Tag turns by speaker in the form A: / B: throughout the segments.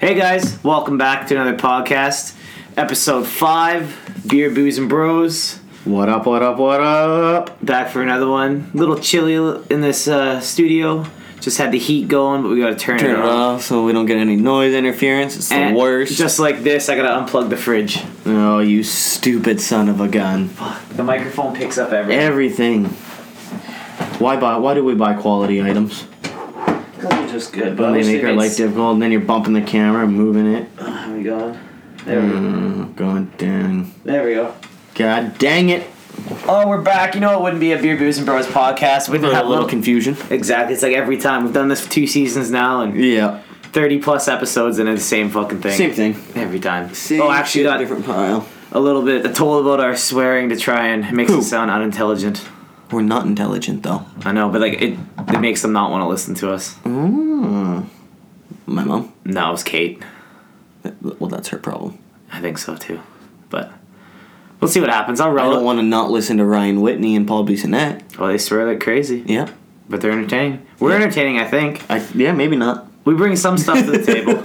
A: Hey guys, welcome back to another podcast, episode five, beer, booze, and bros.
B: What up, what up, what up?
A: Back for another one. Little chilly in this uh, studio. Just had the heat going, but we gotta turn,
B: Turn it
A: on.
B: off so we don't get any noise interference. It's the
A: And
B: worst.
A: Just like this, I gotta unplug the fridge.
B: oh, you stupid son of a gun.
A: The microphone picks up everything.
B: Everything. Why buy? Why do we buy quality items?
A: Because they're just good, but
B: When
A: I
B: they
A: wish
B: make
A: they
B: our
A: made
B: life
A: s-
B: difficult, and then you're bumping the camera and moving it.
A: Oh my god. There, we,
B: Mm, God dang.
A: there we go.
B: God dang it.
A: Oh, we're back. You know, it wouldn't be a beer, booze, and bros podcast. We'd
B: For
A: have
B: a little confusion.
A: Exactly. It's like every time we've done this for two seasons now, and
B: Yeah.
A: 30 plus episodes and it's the same fucking thing.
B: Same thing.
A: Every time.
B: Same
A: oh, actually,
B: shit,
A: got
B: different pile.
A: a little bit a toll about our swearing to try and it makes
B: Who?
A: us sound unintelligent.
B: We're not intelligent though.
A: I know, but like it, it makes them not want to listen to us.
B: Hmm. My mom.
A: No, it was Kate.
B: Well, that's her problem.
A: I think so too, but we'll see what happens. I'll
B: I
A: roll.
B: don't
A: it.
B: want to not listen to Ryan Whitney and Paul Bissonnette.
A: well, they swear like crazy,
B: Yeah.
A: but they're entertaining. We're entertaining, I think.
B: I, yeah, maybe not.
A: We bring some stuff to the table.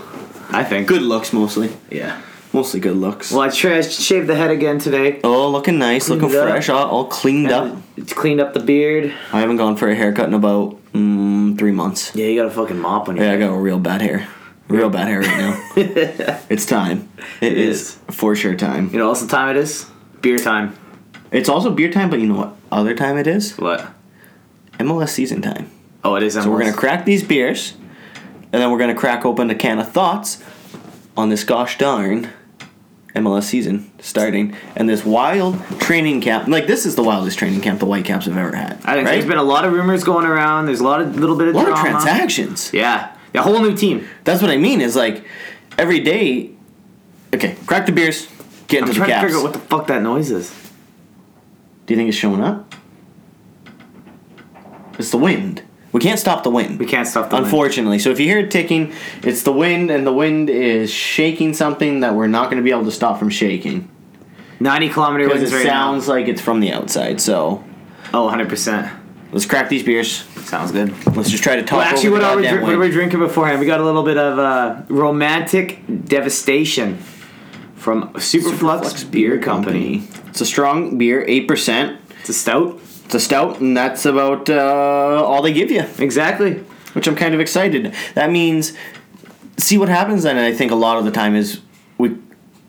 A: I think.
B: Good looks mostly.
A: Yeah.
B: Mostly good looks.
A: Well, I tra- shaved the head again today.
B: Oh, looking nice,
A: Cleaned
B: looking
A: it up.
B: fresh, all, all cleaned up.
A: Cleaned up the beard.
B: I haven't gone for a haircut in about mm, three months.
A: Yeah, you got a fucking mop on your
B: Yeah, I got a real bad hair. Real bad hair right now. it's time. it
A: It
B: is. for sure time.
A: You know what else the time it is? Beer time.
B: It's also beer time, but you know what other time it is?
A: What?
B: MLS season time.
A: Oh, it is.
B: So we're gonna crack these beers, and then we're gonna crack open a can of thoughts on this gosh darn MLS season starting, and this wild training camp. Like this is the wildest training camp the White Caps have ever had.
A: I think
B: right?
A: there's been a lot of rumors going around. There's a lot of little bit of
B: a lot of
A: drama.
B: transactions.
A: Yeah, a whole new team.
B: That's what I mean. Is like every day. Okay, crack the beers. Get
A: I'm
B: into the
A: trying to
B: caps.
A: figure out what the fuck that noise is.
B: Do you think it's showing up? It's the wind. We can't stop the wind.
A: We can't stop the wind.
B: Unfortunately, so if you hear it ticking, it's the wind, and the wind is shaking something that we're not going to be able to stop from shaking
A: 90 kilometer
B: because
A: winds
B: it
A: right
B: sounds like it's from the outside. So
A: now. Oh, 100 percent.
B: let's crack these beers.
A: Sounds good.
B: Let's just try to talk.
A: Well, actually,
B: over
A: what
B: the
A: are, we
B: goddamn
A: dr- what are
B: wind.
A: we drinking beforehand? We got a little bit of uh, romantic devastation from Superflux, Beer Company.
B: It's a strong beer, eight percent.
A: It's a stout.
B: It's a stout, and that's about uh, all they give you.
A: Exactly.
B: which I'm kind of excited. That means, see what happens then. I think a lot of the time is we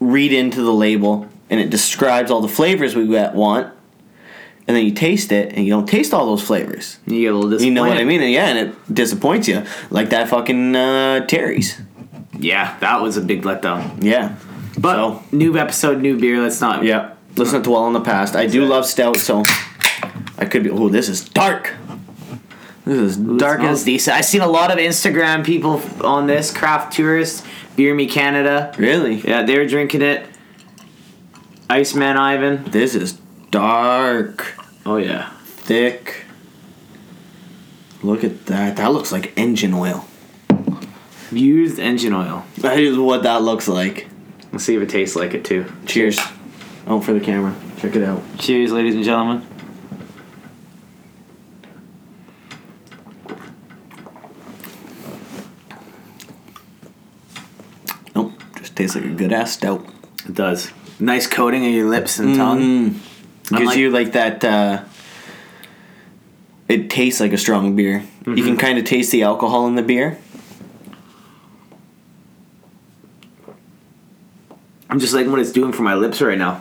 B: read into the label and it describes all the flavors we get- want, and then you taste it and you don't taste all those flavors.
A: You get a little
B: You know what I
A: disappointed.
B: mean? And yeah, and it disappoints you, like that fucking uh, Terry's.
A: Yeah, that was a big letdown.
B: Yeah,
A: But
B: So-
A: new episode, new beer. Let's not.
B: yeah. Let's not dwell on the past. I do love stout, so I could be. Oh, this is dark. This is dark
A: Dark as
B: as the.
A: decent. I've seen a lot of Instagram people on this craft tourist beer me Canada.
B: Really?
A: Yeah, they were drinking it. Iceman Ivan.
B: This is dark.
A: Oh yeah.
B: thick. Look at that. That looks like engine oil.
A: Used engine oil.
B: That is what that looks like.
A: Let's see if it tastes like it too.
B: Cheers. Oh, for the camera. Check it out.
A: Cheers, ladies and gentlemen.
B: Nope. Just tastes like a good ass stout.
A: It does. Nice coating of your lips and tongue.
B: Gives
A: Mm. like-
B: you like that. Uh, it tastes like a strong beer. You
A: Mm-hmm.
B: can kind of taste the alcohol in the beer.
A: I'm just liking what it's doing for my lips right now.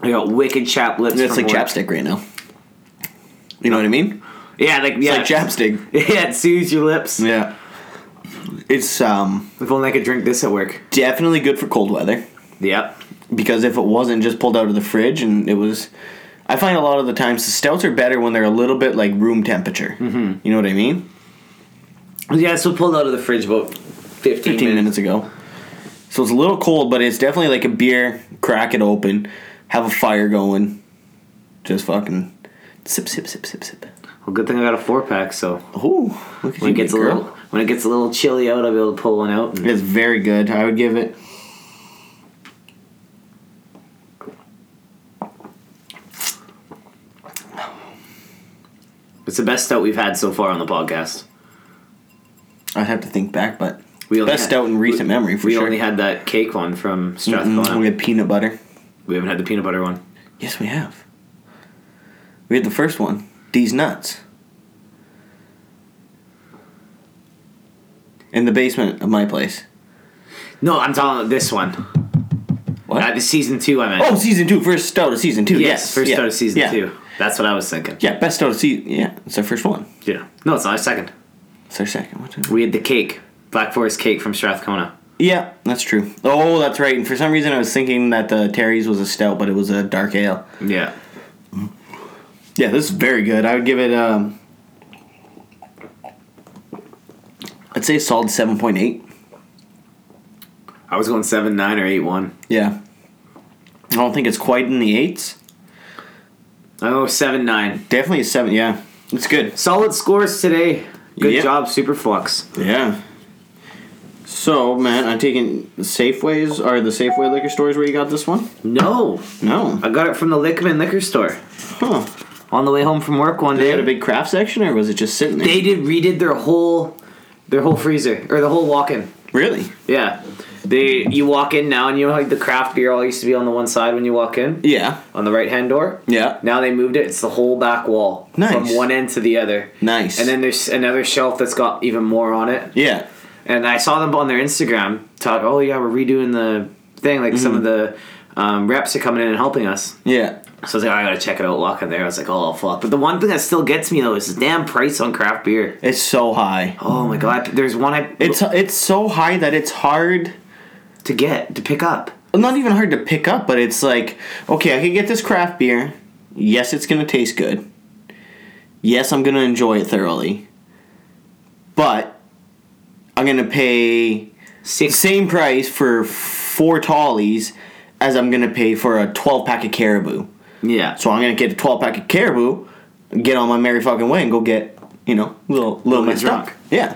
A: I got wicked chap lips.
B: It's
A: from
B: like
A: work.
B: chapstick right now. You know what I mean?
A: Yeah, like yeah.
B: It's like chapstick.
A: yeah, it soothes your lips.
B: Yeah. It's um
A: If only I could drink this at work.
B: definitely good for cold weather.
A: Yep.
B: because if it wasn't just pulled out of the fridge and it was i find a lot of the times the stouts are better when they're a little bit like room temperature mm-hmm. you know what i mean
A: Yeah, so pulled out of the fridge about 15,
B: 15
A: minutes.
B: minutes ago so it's a little cold but it's definitely like a beer crack it open have a fire going just fucking sip sip sip sip sip
A: Well, good thing I got a four pack, so
B: oh look at
A: when
B: you
A: it gets a
B: big girl.
A: little when it gets a little chilly out, I'll be able to pull one out. And
B: it's very good i would give it
A: it's the best stout we've had so far on the podcast.
B: i'd have to think back but
A: We only
B: Best
A: had-
B: stout in recent
A: we-
B: memory, for
A: we
B: sure.
A: only had that cake one from Strathcona.
B: Mm, we had peanut butter.
A: We haven't had the peanut butter one.
B: Yes, we have. We had the first one. These nuts. In the basement of my place.
A: No, I'm talking about this one.
B: What?
A: Uh, the season two, I meant.
B: oh, season two, first stout of season two.
A: yes,
B: Yes,
A: first
B: yeah.
A: start of season
B: yeah.
A: two. That's what I was thinking.
B: Yeah, best stout of season. Yeah, it's our first one.
A: Yeah. No, it's not our second.
B: It's our second one. too.
A: We had the cake, Black Forest cake from Strathcona.
B: Yeah, that's true. Oh, that's right. And for some reason, I was thinking that the Terry's was a stout, but it was a dark ale.
A: Yeah.
B: Yeah, this is very good. I would give it. Um, I'd say a solid seven point eight.
A: I was going seven nine or eight one.
B: Yeah. I don't think it's quite in the eights.
A: I go Oh, seven nine.
B: Definitely a seven. Yeah, it's good.
A: Solid scores today. Good
B: Yep.
A: job, Superflux.
B: Yeah. So, Matt, I'm taking Safeways. Are the Safeway liquor stores where you got this one?
A: No,
B: No.
A: I got it from the Lickman liquor store
B: Huh.
A: on the way home from work one
B: They had
A: day.
B: a big craft section, or was it just sitting there?
A: they did redid their whole their whole freezer or the whole walk-in.
B: really?
A: Yeah, they you walk in now and you know like the craft beer all used to be on the one side when you walk in
B: Yeah.
A: on the right hand door.
B: Yeah.
A: Now they moved it. It's the whole back wall
B: Nice.
A: from one end to the other.
B: Nice.
A: And then there's another shelf that's got even more on it.
B: Yeah.
A: And I saw them on their Instagram talk. Oh yeah, we're redoing the thing. Like
B: Mm.
A: some of the um, reps are coming in and helping us.
B: Yeah.
A: So I was like, "Oh, I gotta check it out. Walking there, I was like, oh fuck. But the one thing that still gets me though is the damn price on craft beer.
B: It's so high.
A: Oh my god, there's one I
B: Mm. It's it's so high that it's hard.
A: to get to pick up.
B: Not even hard to pick up, but it's like okay, I can get this craft beer. Yes, it's gonna taste good. Yes, I'm gonna enjoy it thoroughly. But I'm gonna pay the
A: Six.
B: same price for four tallies as I'm gonna pay for a 12 pack of caribou.
A: Yeah.
B: So I'm gonna get a 12 pack of caribou, get on my merry fucking way, and go get you know little little
A: bit
B: messed up.
A: drunk.
B: Yeah.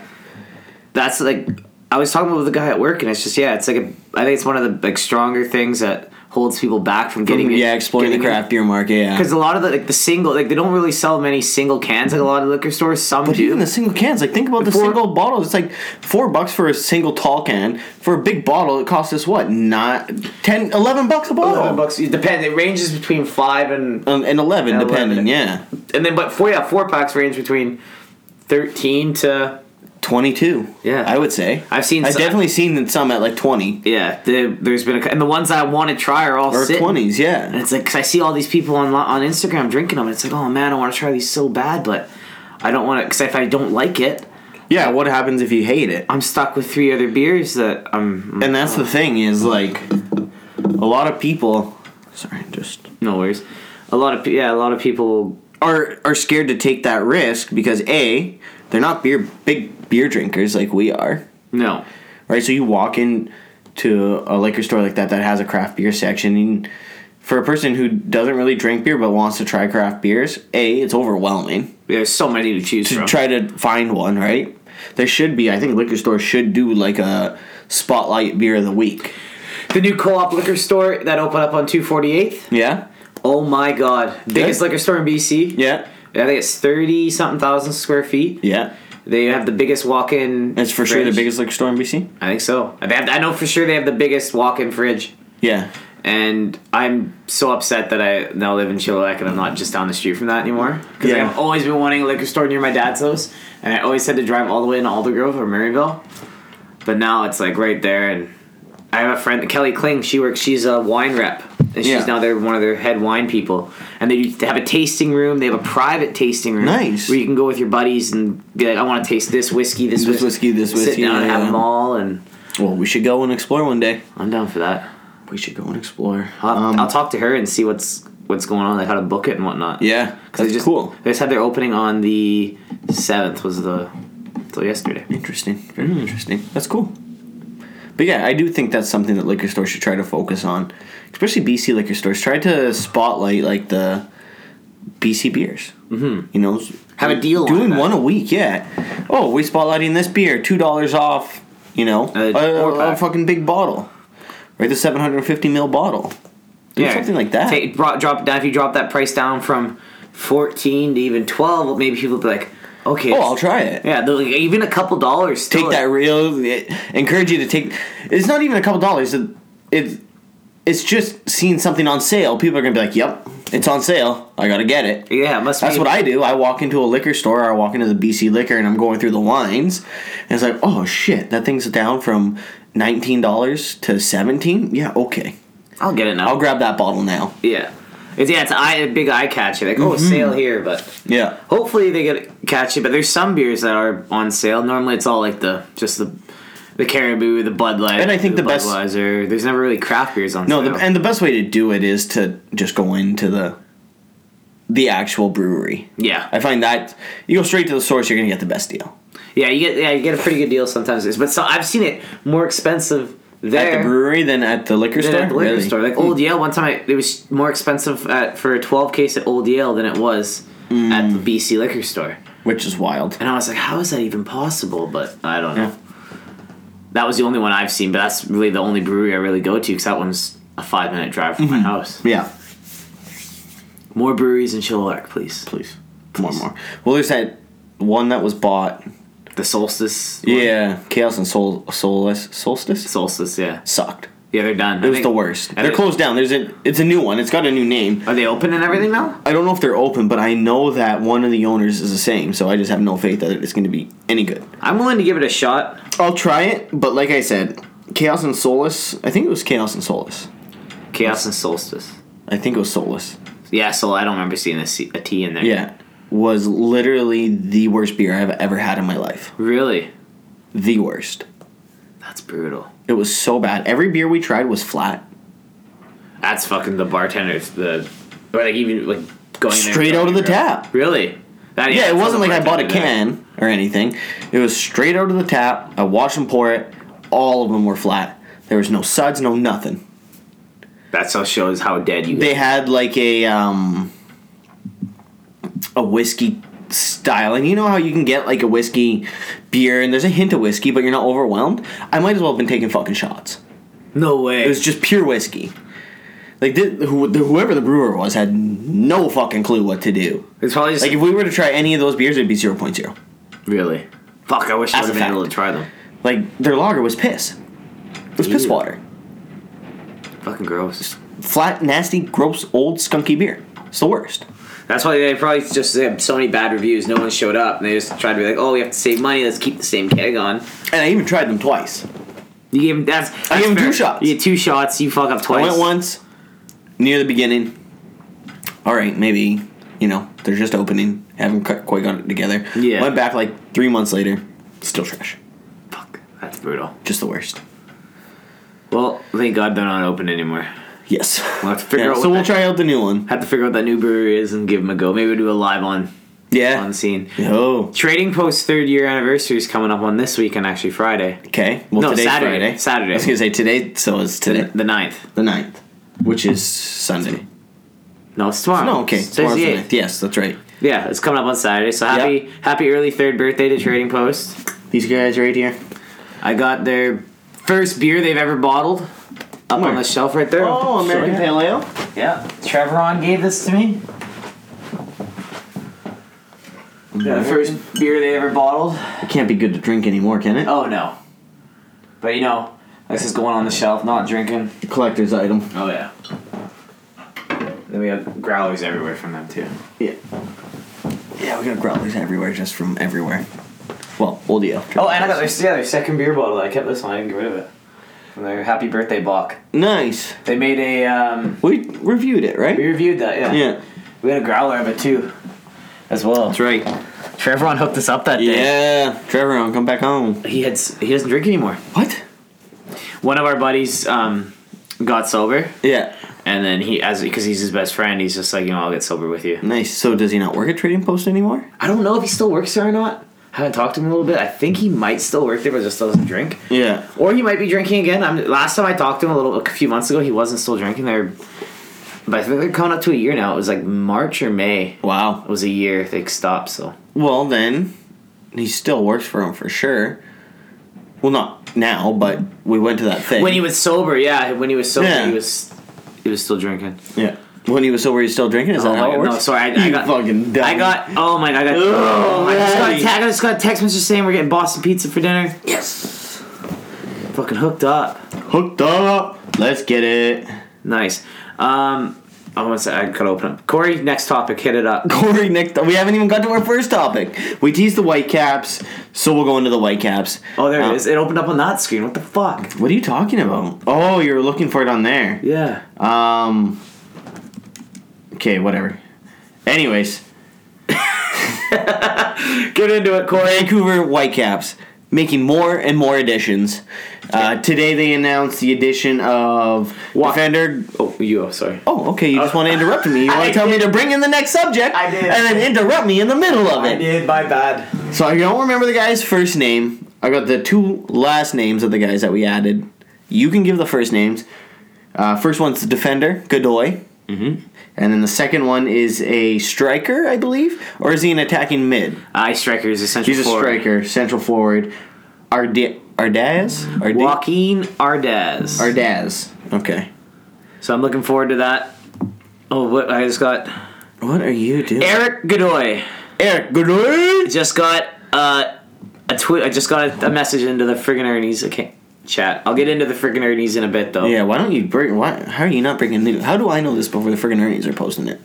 A: that's like I was talking with the guy at work, and it's just yeah, it's like a, I think it's one of the like stronger things that holds people back from getting it-
B: yeah, exploring the
A: getting
B: craft beer market. Yeah.
A: Because a lot of the like the single like they don't really sell many single cans at a lot of liquor stores. Some
B: But even
A: do.
B: the single cans, like think about the
A: Four-
B: single bottles. It's like four bucks for a single tall can. For a big bottle, it costs us what? Not 10, 11 bucks a bottle.
A: Eleven bucks. It depends. It ranges between five and
B: Um, and eleven,
A: And 11.
B: depending. Yeah,
A: and then but four yeah four packs range between thirteen to
B: twenty-two.
A: Yeah.
B: I would say.
A: I've seen
B: I've
A: some-
B: definitely seen that some at like twenty
A: yeah. The, there's been a, and the ones that I want to try are all
B: or
A: sitting.
B: twenties.
A: And
B: Yeah.
A: it's like, cause I see all these people on on Instagram drinking them. And it's like, oh man, I want to try these so bad, but I don't want to. Because if I don't like it,
B: Yeah. What happens if you hate it?
A: I'm stuck with three other beers that I'm.
B: And that's the thing is like, a lot of people. Sorry, just
A: No worries. A lot of pe- yeah, a lot of people.
B: are are scared to take that risk because a they're not beer big beer drinkers like we are.
A: No.
B: right? So you walk in to a liquor store like that that has a craft beer section, and for a person who doesn't really drink beer but wants to try craft beers, a it's overwhelming
A: There's so many to choose
B: to
A: from.
B: try to find one, right? There should be, I think, liquor stores should do like a spotlight beer of the week.
A: the new co-op liquor store that opened up on 248th.
B: Yeah,
A: Oh my god, biggest liquor store in BC.
B: yeah,
A: I think it's thirty something thousand square feet.
B: yeah.
A: They have the biggest walk-in.
B: That's for sure the
A: fridge.
B: biggest liquor store in BC.
A: I think so. They have, I know for sure they have the biggest walk-in fridge.
B: Yeah,
A: and I'm so upset that I now live in Chilliwack and I'm not just down the street from that anymore. Because
B: Yeah.
A: I've always been wanting a liquor store near my dad's house, and I always had to drive all the way into Aldergrove or Maryville. But now it's like right there, and I have a friend, Kelly Kling. She works. She's a wine rep, and she's
B: Yeah.
A: now their one of their head wine people. And they, do- they have a tasting room. They have a private tasting room,
B: Nice.
A: where you can go with your buddies and be like, I want to taste this whiskey, this,
B: This whiskey, this
A: Sit
B: whiskey,
A: down and have
B: yeah.
A: them all, and
B: well, we should go and explore one day.
A: I'm down for that.
B: We should go and explore.
A: I'll,
B: Um,
A: I'll talk to her and see what's what's going on, like how to book it and whatnot.
B: yeah,
A: they
B: that's
A: just,
B: cool.
A: They just had their opening on the seventh. Was the till yesterday?
B: Interesting. Very interesting. That's cool. But yeah, I do think that's something that liquor stores should try to focus on, especially BC liquor stores. Try to spotlight like the BC beers. Mm-hmm. You know,
A: Have a deal on
B: Doing
A: that.
B: one a week, yeah. Oh, we spotlighting this beer, two dollars off. You know,
A: A
B: a,
A: four
B: a, a
A: pack.
B: fucking big bottle, right? The seven hundred and fifty mil bottle. Oh, Do something like that.
A: Take, drop, drop it down. If you drop that price down from fourteen to even twelve, maybe people will be like, Okay.
B: Oh, I'll try it.
A: Yeah, they're like, even a couple dollars.
B: Take
A: Still
B: that real. it- encourage you to take. It's not even a couple dollars. It, it, it's just seeing something on sale. People are gonna be like, "Yep, it's on sale. I gotta get it."
A: Yeah, it must
B: That's
A: be.
B: what I do. I walk into a liquor store, or I walk into the BC liquor, and I'm going through the lines, and it's like, oh shit, that thing's down from nineteen dollars to seventeen. Yeah, okay,
A: I'll get it now.
B: I'll grab that bottle now.
A: yeah. It's, yeah, it's eye, a big eye catcher. Like,
B: Mm-hmm.
A: oh, sale here, but
B: Yeah,
A: hopefully they get catchy. But there's some beers that are on sale. Normally it's all like the just the the Caribou, the Bud Light,
B: And I think the best-
A: Budweiser. There's never really craft beers on
B: no,
A: sale.
B: the, and the best way to do it is to just go into the the actual brewery.
A: yeah,
B: I find that you go straight to the source, you're gonna get the best deal
A: yeah, you get yeah you get a pretty good deal sometimes. But so I've seen it more expensive there.
B: at the brewery than at the liquor
A: than
B: store.
A: at the liquor
B: Really?
A: store. Like Old Yale, one time I, it was more expensive at, for a 12 case at Old Yale than it was
B: Mm.
A: at the BC liquor store.
B: which is wild.
A: And I was like, how is that even possible? But I don't know.
B: Yeah.
A: That was the only one I've seen, but that's really the only brewery I really go to because that one's a five minute drive from my
B: Mm-hmm.
A: house.
B: Yeah,
A: More breweries in Chilliwack, please.
B: please, more, more. Well, there's that one that was bought
A: The Solstice. one?
B: Yeah, Chaos and Sol Solace Solstice
A: Solstice, yeah.
B: sucked.
A: Yeah, they're done.
B: It was the worst. They're closed down. There's a it's a new one. It's got a new name.
A: Are they open and everything now?
B: I don't know if they're open, but I know that one of the owners is the same, so I just have no faith that it's going to be any good.
A: I'm willing to give it a shot.
B: I'll try it, but like I said, Chaos and Solace. I think it was Chaos and Solace.
A: Chaos and Solstice.
B: I think it was Solace.
A: Yeah, so I don't remember seeing a, C- a T in there.
B: Yeah, was literally the worst beer I've ever had in my life.
A: Really?
B: The worst.
A: That's brutal.
B: It was so bad. Every beer we tried was flat,
A: That's fucking the bartenders. The or like even like going there-
B: straight out of the tap.
A: Really? That,
B: Yeah, it
A: that's
B: wasn't
A: what
B: like I
A: the
B: bought a
A: bartender did.
B: can or anything. It was straight out of the tap. I watched them pour it. All of them were flat. There was no suds, no nothing.
A: That so shows how dead you.
B: They had like a um a whiskey style, and you know how you can get like a whiskey beer, and there's a hint of whiskey, but you're not overwhelmed. I might as well have been taking fucking shots.
A: no way.
B: It was just pure whiskey. Like thi- who- whoever the brewer was had no fucking clue what to do.
A: it's probably just
B: Like if we were to try any of those beers, it'd be 0.0.
A: really. Fuck! I wish I
B: As
A: would
B: a
A: have been able to
B: fact.
A: try them.
B: Like their lager was piss. It was piss
A: Ew.
B: water.
A: Fucking gross.
B: Flat, nasty, gross, old, skunky beer. It's the worst.
A: That's why they probably just they have so many bad reviews. No one showed up, and they just tried to be like, "Oh, we have to save money. Let's keep the same keg on."
B: And I even tried them twice.
A: You gave him that's.
B: I
A: that's
B: gave 'em two
A: fair.
B: shots.
A: You get two shots. You fuck up
B: I
A: twice.
B: went once near the beginning. All right, maybe you know they're just opening. Haven't cu- quite got it together.
A: Yeah.
B: Went back like three months later. Still trash.
A: Fuck. That's brutal.
B: Just the worst.
A: Well, thank God they're not open anymore.
B: Yes.
A: We'll have to figure
B: Yeah,
A: out
B: so
A: what
B: we'll
A: that-
B: try out the new one.
A: Have to figure out what that new brewery is and give them a go. Maybe we'll do a live on
B: Yeah.
A: on scene.
B: Oh.
A: Trading Post third year anniversary is coming up on this weekend, actually Friday,
B: Okay. Well,
A: No,
B: today's
A: Saturday.
B: Friday.
A: Saturday.
B: I was gonna say today. So it's
A: the,
B: today.
A: the 9th.
B: The 9th, which is Sunday.
A: No, it's tomorrow.
B: No, okay.
A: Oh, Today's
B: Tomorrow's
A: the
B: the
A: 8th.
B: ninth. Yes, that's right.
A: Yeah, it's coming up on Saturday. So happy happy early third birthday to Trading Post.
B: These guys right here.
A: I got their first beer they've ever bottled up
B: Where?
A: on the shelf right there. Show you.
B: Ale.
A: Yeah, Trevoron gave this to me. Yeah, the first beer they ever bottled.
B: It can't be good to drink anymore, can it?
A: Oh no. But you know, this is going on the shelf, not drinking.
B: Collector's item.
A: Oh yeah. Then we have growlers everywhere from them too.
B: Yeah. Yeah, we got growlers everywhere, just from everywhere. Well, old ale.
A: Oh, and I got their yeah their second beer bottle. I kept this one. I didn't get rid of it. From their happy birthday block.
B: Nice.
A: They made a um.
B: We reviewed it,
A: We
B: right?
A: reviewed that. Yeah. We had a growler of it too, as well.
B: That's right.
A: Trevoron hooked us up that day.
B: Yeah. Trevor, I'll come back home.
A: He had s- he doesn't drink anymore.
B: What?
A: One of our buddies um got sober,
B: Yeah.
A: and then he as because he's his best friend, he's just like you know I'll get sober with you.
B: Nice. So does he not work at Trading Post anymore?
A: I don't know if he still works there or not. I haven't talked to him in a little bit. I think he might still work there, but just doesn't drink.
B: Yeah.
A: Or he might be drinking again. I'm, last time I talked to him a little a few months ago, he wasn't still drinking there. But I think they're coming up to a year now. It was like March or May. It
B: Wow.
A: was a year they stopped. So
B: Well, then, he still works for him for sure. Well, not now, but we went to that thing.
A: when he was sober, yeah, when he was sober,
B: Yeah.
A: he was he was still drinking.
B: Yeah. When he was sober, he was still drinking. Is that
A: Oh
B: how
A: my-
B: it works?
A: no, sorry, I- I
B: you
A: got-
B: fucking. Dumb.
A: I got. Oh my! I got.
B: Oh,
A: I, just got a
B: man.
A: te- I just got a text message saying we're getting Boston pizza for dinner.
B: yes.
A: Fucking hooked up.
B: Hooked up. Let's get it.
A: Nice. Um, I want to. I could open up. Corey, next topic. Hit it up.
B: Corey, next. We haven't even got to our first topic. We teased the white caps, so we'll go into the white caps. Uh,
A: Oh, there it is. It opened up on that screen. What the fuck?
B: What are you talking about? Oh, you're looking for it on there.
A: Yeah.
B: Um. Okay, whatever. Anyways,
A: Get into it, Corey.
B: Vancouver Whitecaps making more and more additions. Uh, today they announced the addition of
A: Wa-
B: defender.
A: Oh, you. Oh, sorry.
B: Oh, okay. You just want to interrupt me. You want
A: I
B: to tell me
A: did.
B: to bring in the next subject,
A: I did.
B: and then interrupt me in the middle of it.
A: did. My bad.
B: So I don't remember the guy's first name. I got the two last names of the guys that we added. You can give the first names. Uh, first one's the defender, Godoy. Mm-hmm. And then the second one is a striker, I believe. Or is he an attacking mid?
A: Eye striker is essential.
B: He's a striker, central forward. Arde- Ardaz? Arde-
A: Joaquin Ardaz.
B: Ardaz. Okay.
A: so I'm looking forward to that. Oh, what I just got.
B: What are you doing?
A: Eric Godoy.
B: Eric Godoy!
A: just got uh, a tweet. I just got a, a message into the friggin' Ernie's okay, chat. I'll get into the friggin' Ernie's in a bit though.
B: Yeah, why don't you bring. Why, how are you not bringing news? How do I know this before the friggin' Ernie's are posting it?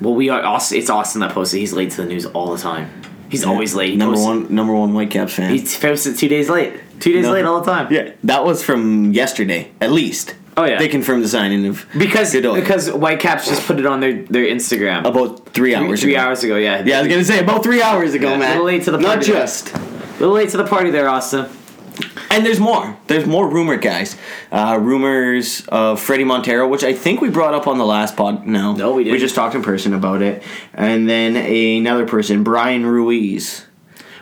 A: Well, we are. Austin, it's Austin that posted. He's late to the news all the time. He's always late. He
B: Number
A: posts-
B: one, number one Whitecaps fan.
A: He posts it two days late. Two days
B: No.
A: late all the time.
B: Yeah, that was from yesterday, at least.
A: Oh, yeah.
B: they confirmed the signing of
A: Because
B: Godoy.
A: because Whitecaps just put it on their their Instagram
B: about three hours.
A: three
B: ago.
A: hours ago. Yeah.
B: Yeah, I was gonna say about three hours ago,
A: Yeah,
B: man.
A: little late to the
B: Not
A: party there.
B: just.
A: A little late to the party there, Austin.
B: And there's more. There's more rumored guys. Uh, rumors of Freddie Montero, which I think we brought up on the last pod. No,
A: No, we
B: We
A: didn't.
B: just talked in person about it, and then another person, Brian Ruiz.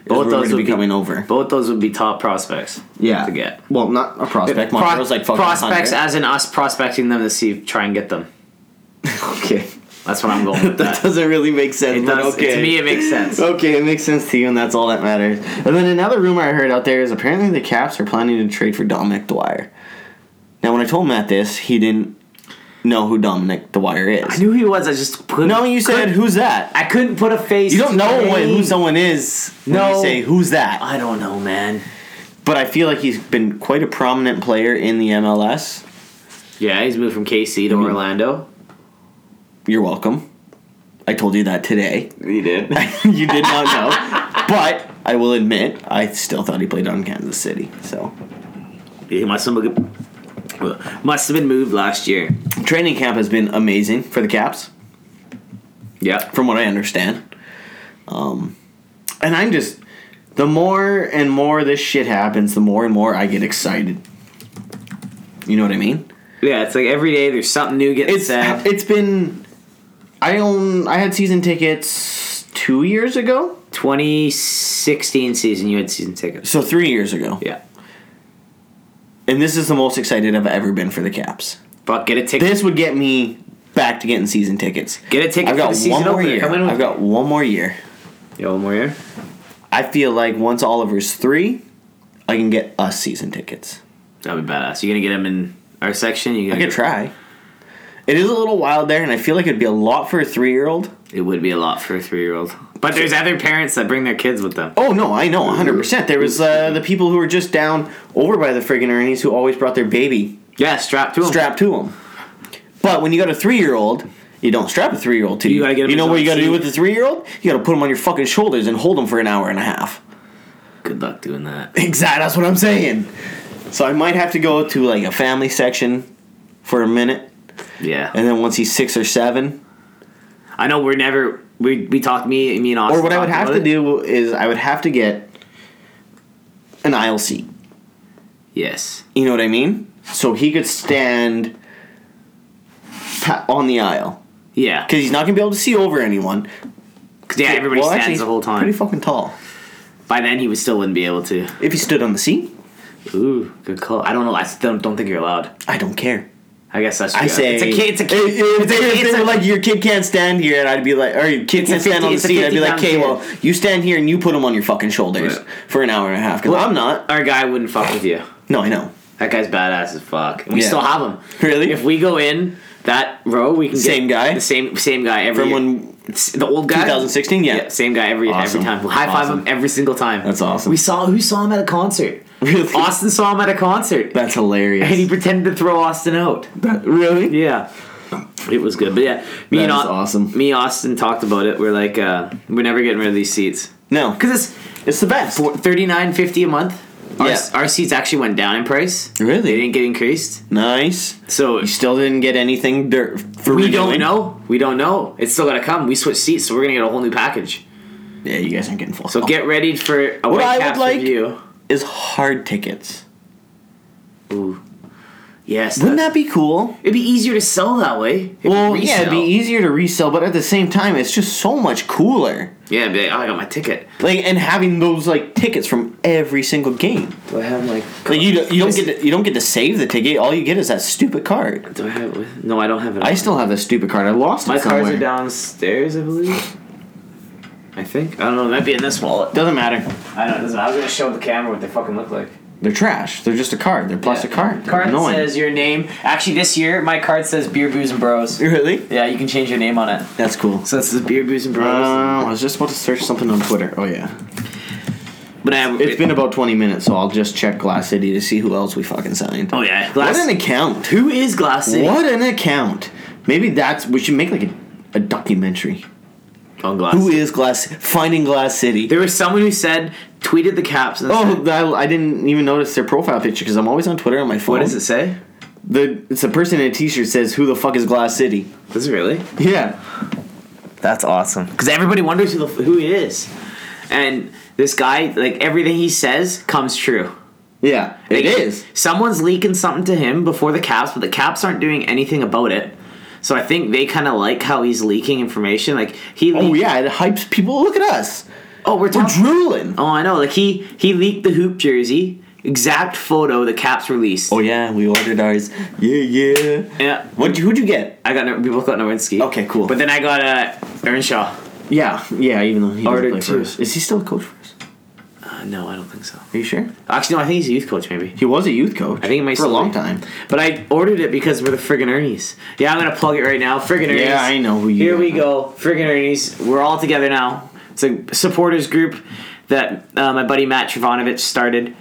A: Both those
B: is rumored to
A: would
B: be
A: be-
B: coming over.
A: Both those would be top prospects.
B: Yeah,
A: To get.
B: well, not a prospect.
A: Pro-
B: Montero's like fucking
A: prospects,
B: 100.
A: as in us prospecting them to see try and get them.
B: okay.
A: That's what I'm going. With
B: That
A: that.
B: doesn't really make sense.
A: It
B: but
A: does.
B: okay.
A: To me, it makes sense.
B: Okay, it makes sense to you, and that's all that matters. And then another rumor I heard out there is apparently the Caps are planning to trade for Dominic Dwyer. Now, when I told Matt this, he didn't know who Dominic Dwyer is.
A: I knew he was. I just couldn't,
B: no, you said
A: couldn't-
B: who's that?
A: I couldn't put a face.
B: You don't
A: to
B: know
A: the
B: when, who
A: name.
B: someone is when you
A: No.
B: say who's that.
A: I don't know, man.
B: But I feel like he's been quite a prominent player in the MLS.
A: Yeah, he's moved from KC to Orlando.
B: You're welcome. I told you that today.
A: He did.
B: you did not know, but I will admit I still thought he played on Kansas City. So
A: he must have been, must have been moved last year.
B: training camp has been amazing for the Caps.
A: Yep.
B: from what I understand. Um, and I'm just the more and more this shit happens, the more and more I get excited. You know what I mean?
A: Yeah, it's like every day there's something new getting
B: It's
A: said.
B: it's been I own I had season tickets two years ago,
A: 2016 season, you had season tickets.
B: so three years ago,
A: Yeah.
B: and this is the most excited I've ever been for the Caps.
A: Fuck, get a ticket.
B: This would get me back to getting season tickets.
A: get a ticket
B: I've
A: for
B: got
A: the season
B: one more
A: opener.
B: year.
A: Come in with
B: I've got one more year.
A: Yo, one more year.
B: I feel like once Oliver's three, I can get us season tickets.
A: That'd be badass. You're gonna get him in our section. You
B: I could
A: get
B: try. It is a little wild there, and I feel like it'd be a lot for a three-year-old.
A: it would be a lot for a three year old. But there's other parents that bring their kids with them.
B: Oh no, I know, hundred percent. There was uh, the people who were just down over by the friggin' Ernie's who always brought their baby
A: Yeah, strapped to them.
B: strapped to them. But when you got a three-year-old, you don't strap a three-year-old to you.
A: You gotta get him
B: you know
A: his
B: what
A: own
B: you got to do
A: seat.
B: with the three-year-old? You got to put him on your fucking shoulders and hold him for an hour and a half.
A: Good luck doing that.
B: Exactly. That's what I'm saying. So I might have to go to like a family section for a minute,
A: Yeah.
B: and then once he's six or seven,
A: I know we're never we we talked me me and Austin.
B: Or what I would
A: talked
B: have
A: about
B: to
A: it.
B: do is I would have to get an aisle seat.
A: Yes.
B: You know what I mean? So he could stand pa- on the aisle
A: Yeah.
B: because he's not gonna be able to see over anyone.
A: 'Cause, yeah, everybody
B: Well,
A: stands
B: actually,
A: the whole
B: he's
A: time.
B: Pretty fucking tall.
A: By then he would still wouldn't be able to.
B: If he stood on the seat,
A: Ooh, good call. I don't know. I still don't think you're allowed.
B: I don't care.
A: I guess that's
B: I
A: true.
B: say
A: it's a kid. It's a
B: If,
A: kid.
B: if,
A: it's a,
B: if
A: it's
B: they
A: a-
B: were like your kid can't stand here, and I'd be like, or your kid
A: It's a
B: can't stand
A: 50
B: on the
A: it's a
B: seat, I'd be like,
A: 50
B: okay,
A: pound
B: well, you stand here and you put him on your fucking shoulders
A: Right.
B: for an hour and a half. Because I'm not.
A: Our guy wouldn't fuck with you.
B: No, I know.
A: That guy's badass as fuck. And we
B: Yeah.
A: still have him.
B: Really?
A: If we go in That row we can get
B: Same guy?
A: the same same guy every
B: From
A: year.
B: when
A: It's the old guy
B: 2016? Yeah.
A: yeah same guy every every
B: Awesome.
A: time high five
B: Awesome.
A: him every single time
B: That's awesome.
A: we saw who saw him at a concert
B: Really?
A: Austin saw him at a concert and
B: That's
A: he
B: hilarious.
A: pretended to throw Austin out
B: That- really?
A: yeah it was good but yeah me
B: That
A: and
B: is
A: Au-
B: awesome.
A: me and Austin talked about it we're like uh, we're never getting rid of these seats
B: No.
A: because
B: It's the best.
A: it's thirty nine fifty a month our,
B: Yeah.
A: our seats actually went down in price they
B: Really?
A: didn't get increased
B: Nice.
A: so
B: You still didn't get anything dirt for
A: we
B: renewing?
A: don't know we don't know it's still gonna come we switched seats so we're gonna get a whole new package
B: Yeah, you guys aren't getting full.
A: so get ready for a what
B: Oh. I would
A: Whitecaps
B: like-
A: review.
B: is hard tickets.
A: Ooh. Yes.
B: Wouldn't
A: that-
B: that be cool?
A: it'd be easier to sell that way. It'd
B: Well, yeah, it'd be
A: resell.
B: easier to resell, but at the same time, it's just so much cooler.
A: Yeah, it'd be like, oh, I got my ticket.
B: Like, and having those like tickets from every single game.
A: Do I have my?
B: Like you, don't- you don't get to, you don't get to save the ticket. All you get is that stupid card.
A: Do I have? No, I don't have it.
B: I still have that stupid card. I lost
A: My
B: it somewhere.
A: cards are downstairs, I believe. I think. I don't know. It might be in this wallet.
B: Doesn't matter.
A: I don't know. I was gonna show the camera what they fucking look like.
B: They're trash. They're just a card. They're plastic card. They're
A: Card that
B: annoying.
A: says your name. Actually, this year my card says beer, booze, and bros.
B: really?
A: Yeah, you can change your name on it.
B: That's cool.
A: So it's the beer, booze, and
B: Uh,
A: bros.
B: I was just about to search something on Twitter. Oh yeah.
A: but I have.
B: It's been about 20 minutes, so I'll just check Glass City to see who else we fucking signed.
A: Oh yeah.
B: What
A: Glass.
B: an account.
A: who is Glass City?
B: What an account. Maybe that's we should make like a, a documentary.
A: On Glass.
B: Who is Glass Finding Glass City?
A: There was someone who said, tweeted the caps. And said,
B: Oh, I, I didn't even notice their profile picture because I'm always on Twitter on my phone.
A: what does it say?
B: The it's a person in a T-shirt says, "Who the fuck is Glass City?"
A: Does it really?
B: Yeah,
A: That's awesome. Because everybody wonders who, the, who he is. And this guy, like, everything he says comes true.
B: yeah,
A: Like,
B: it is.
A: Someone's leaking something to him before the caps, but the caps aren't doing anything about it. So I think they kind of like how he's leaking information. Like, he
B: Oh
A: leaked-
B: yeah, it hypes people. Look at us.
A: Oh, we're
B: We're
A: talking.
B: drooling.
A: oh, I know. Like, he, he leaked the hoop jersey. Exact photo the caps released.
B: Oh yeah, we ordered ours. Yeah, yeah.
A: yeah.
B: What who'd you get?
A: I got, we both got Nowinski.
B: Okay, cool.
A: But then I got uh, Earnshaw.
B: Yeah, yeah. Even though he
A: Ordered
B: ordered play
A: two.
B: for us. is he still a coach for us?
A: Uh, no, I don't think so.
B: Are you sure?
A: Actually, no, I think he's a youth coach, maybe.
B: He was a youth coach.
A: I think it might
B: for a
A: still
B: long
A: be.
B: time.
A: But I ordered it because we're the friggin' Ernie's. Yeah, I'm gonna plug it right now. Friggin' Ernie's.
B: Yeah, I know who you.
A: Here
B: are.
A: we go. Friggin' Ernie's. We're all together now. It's a supporters group that uh, my buddy Matt Trivanovich started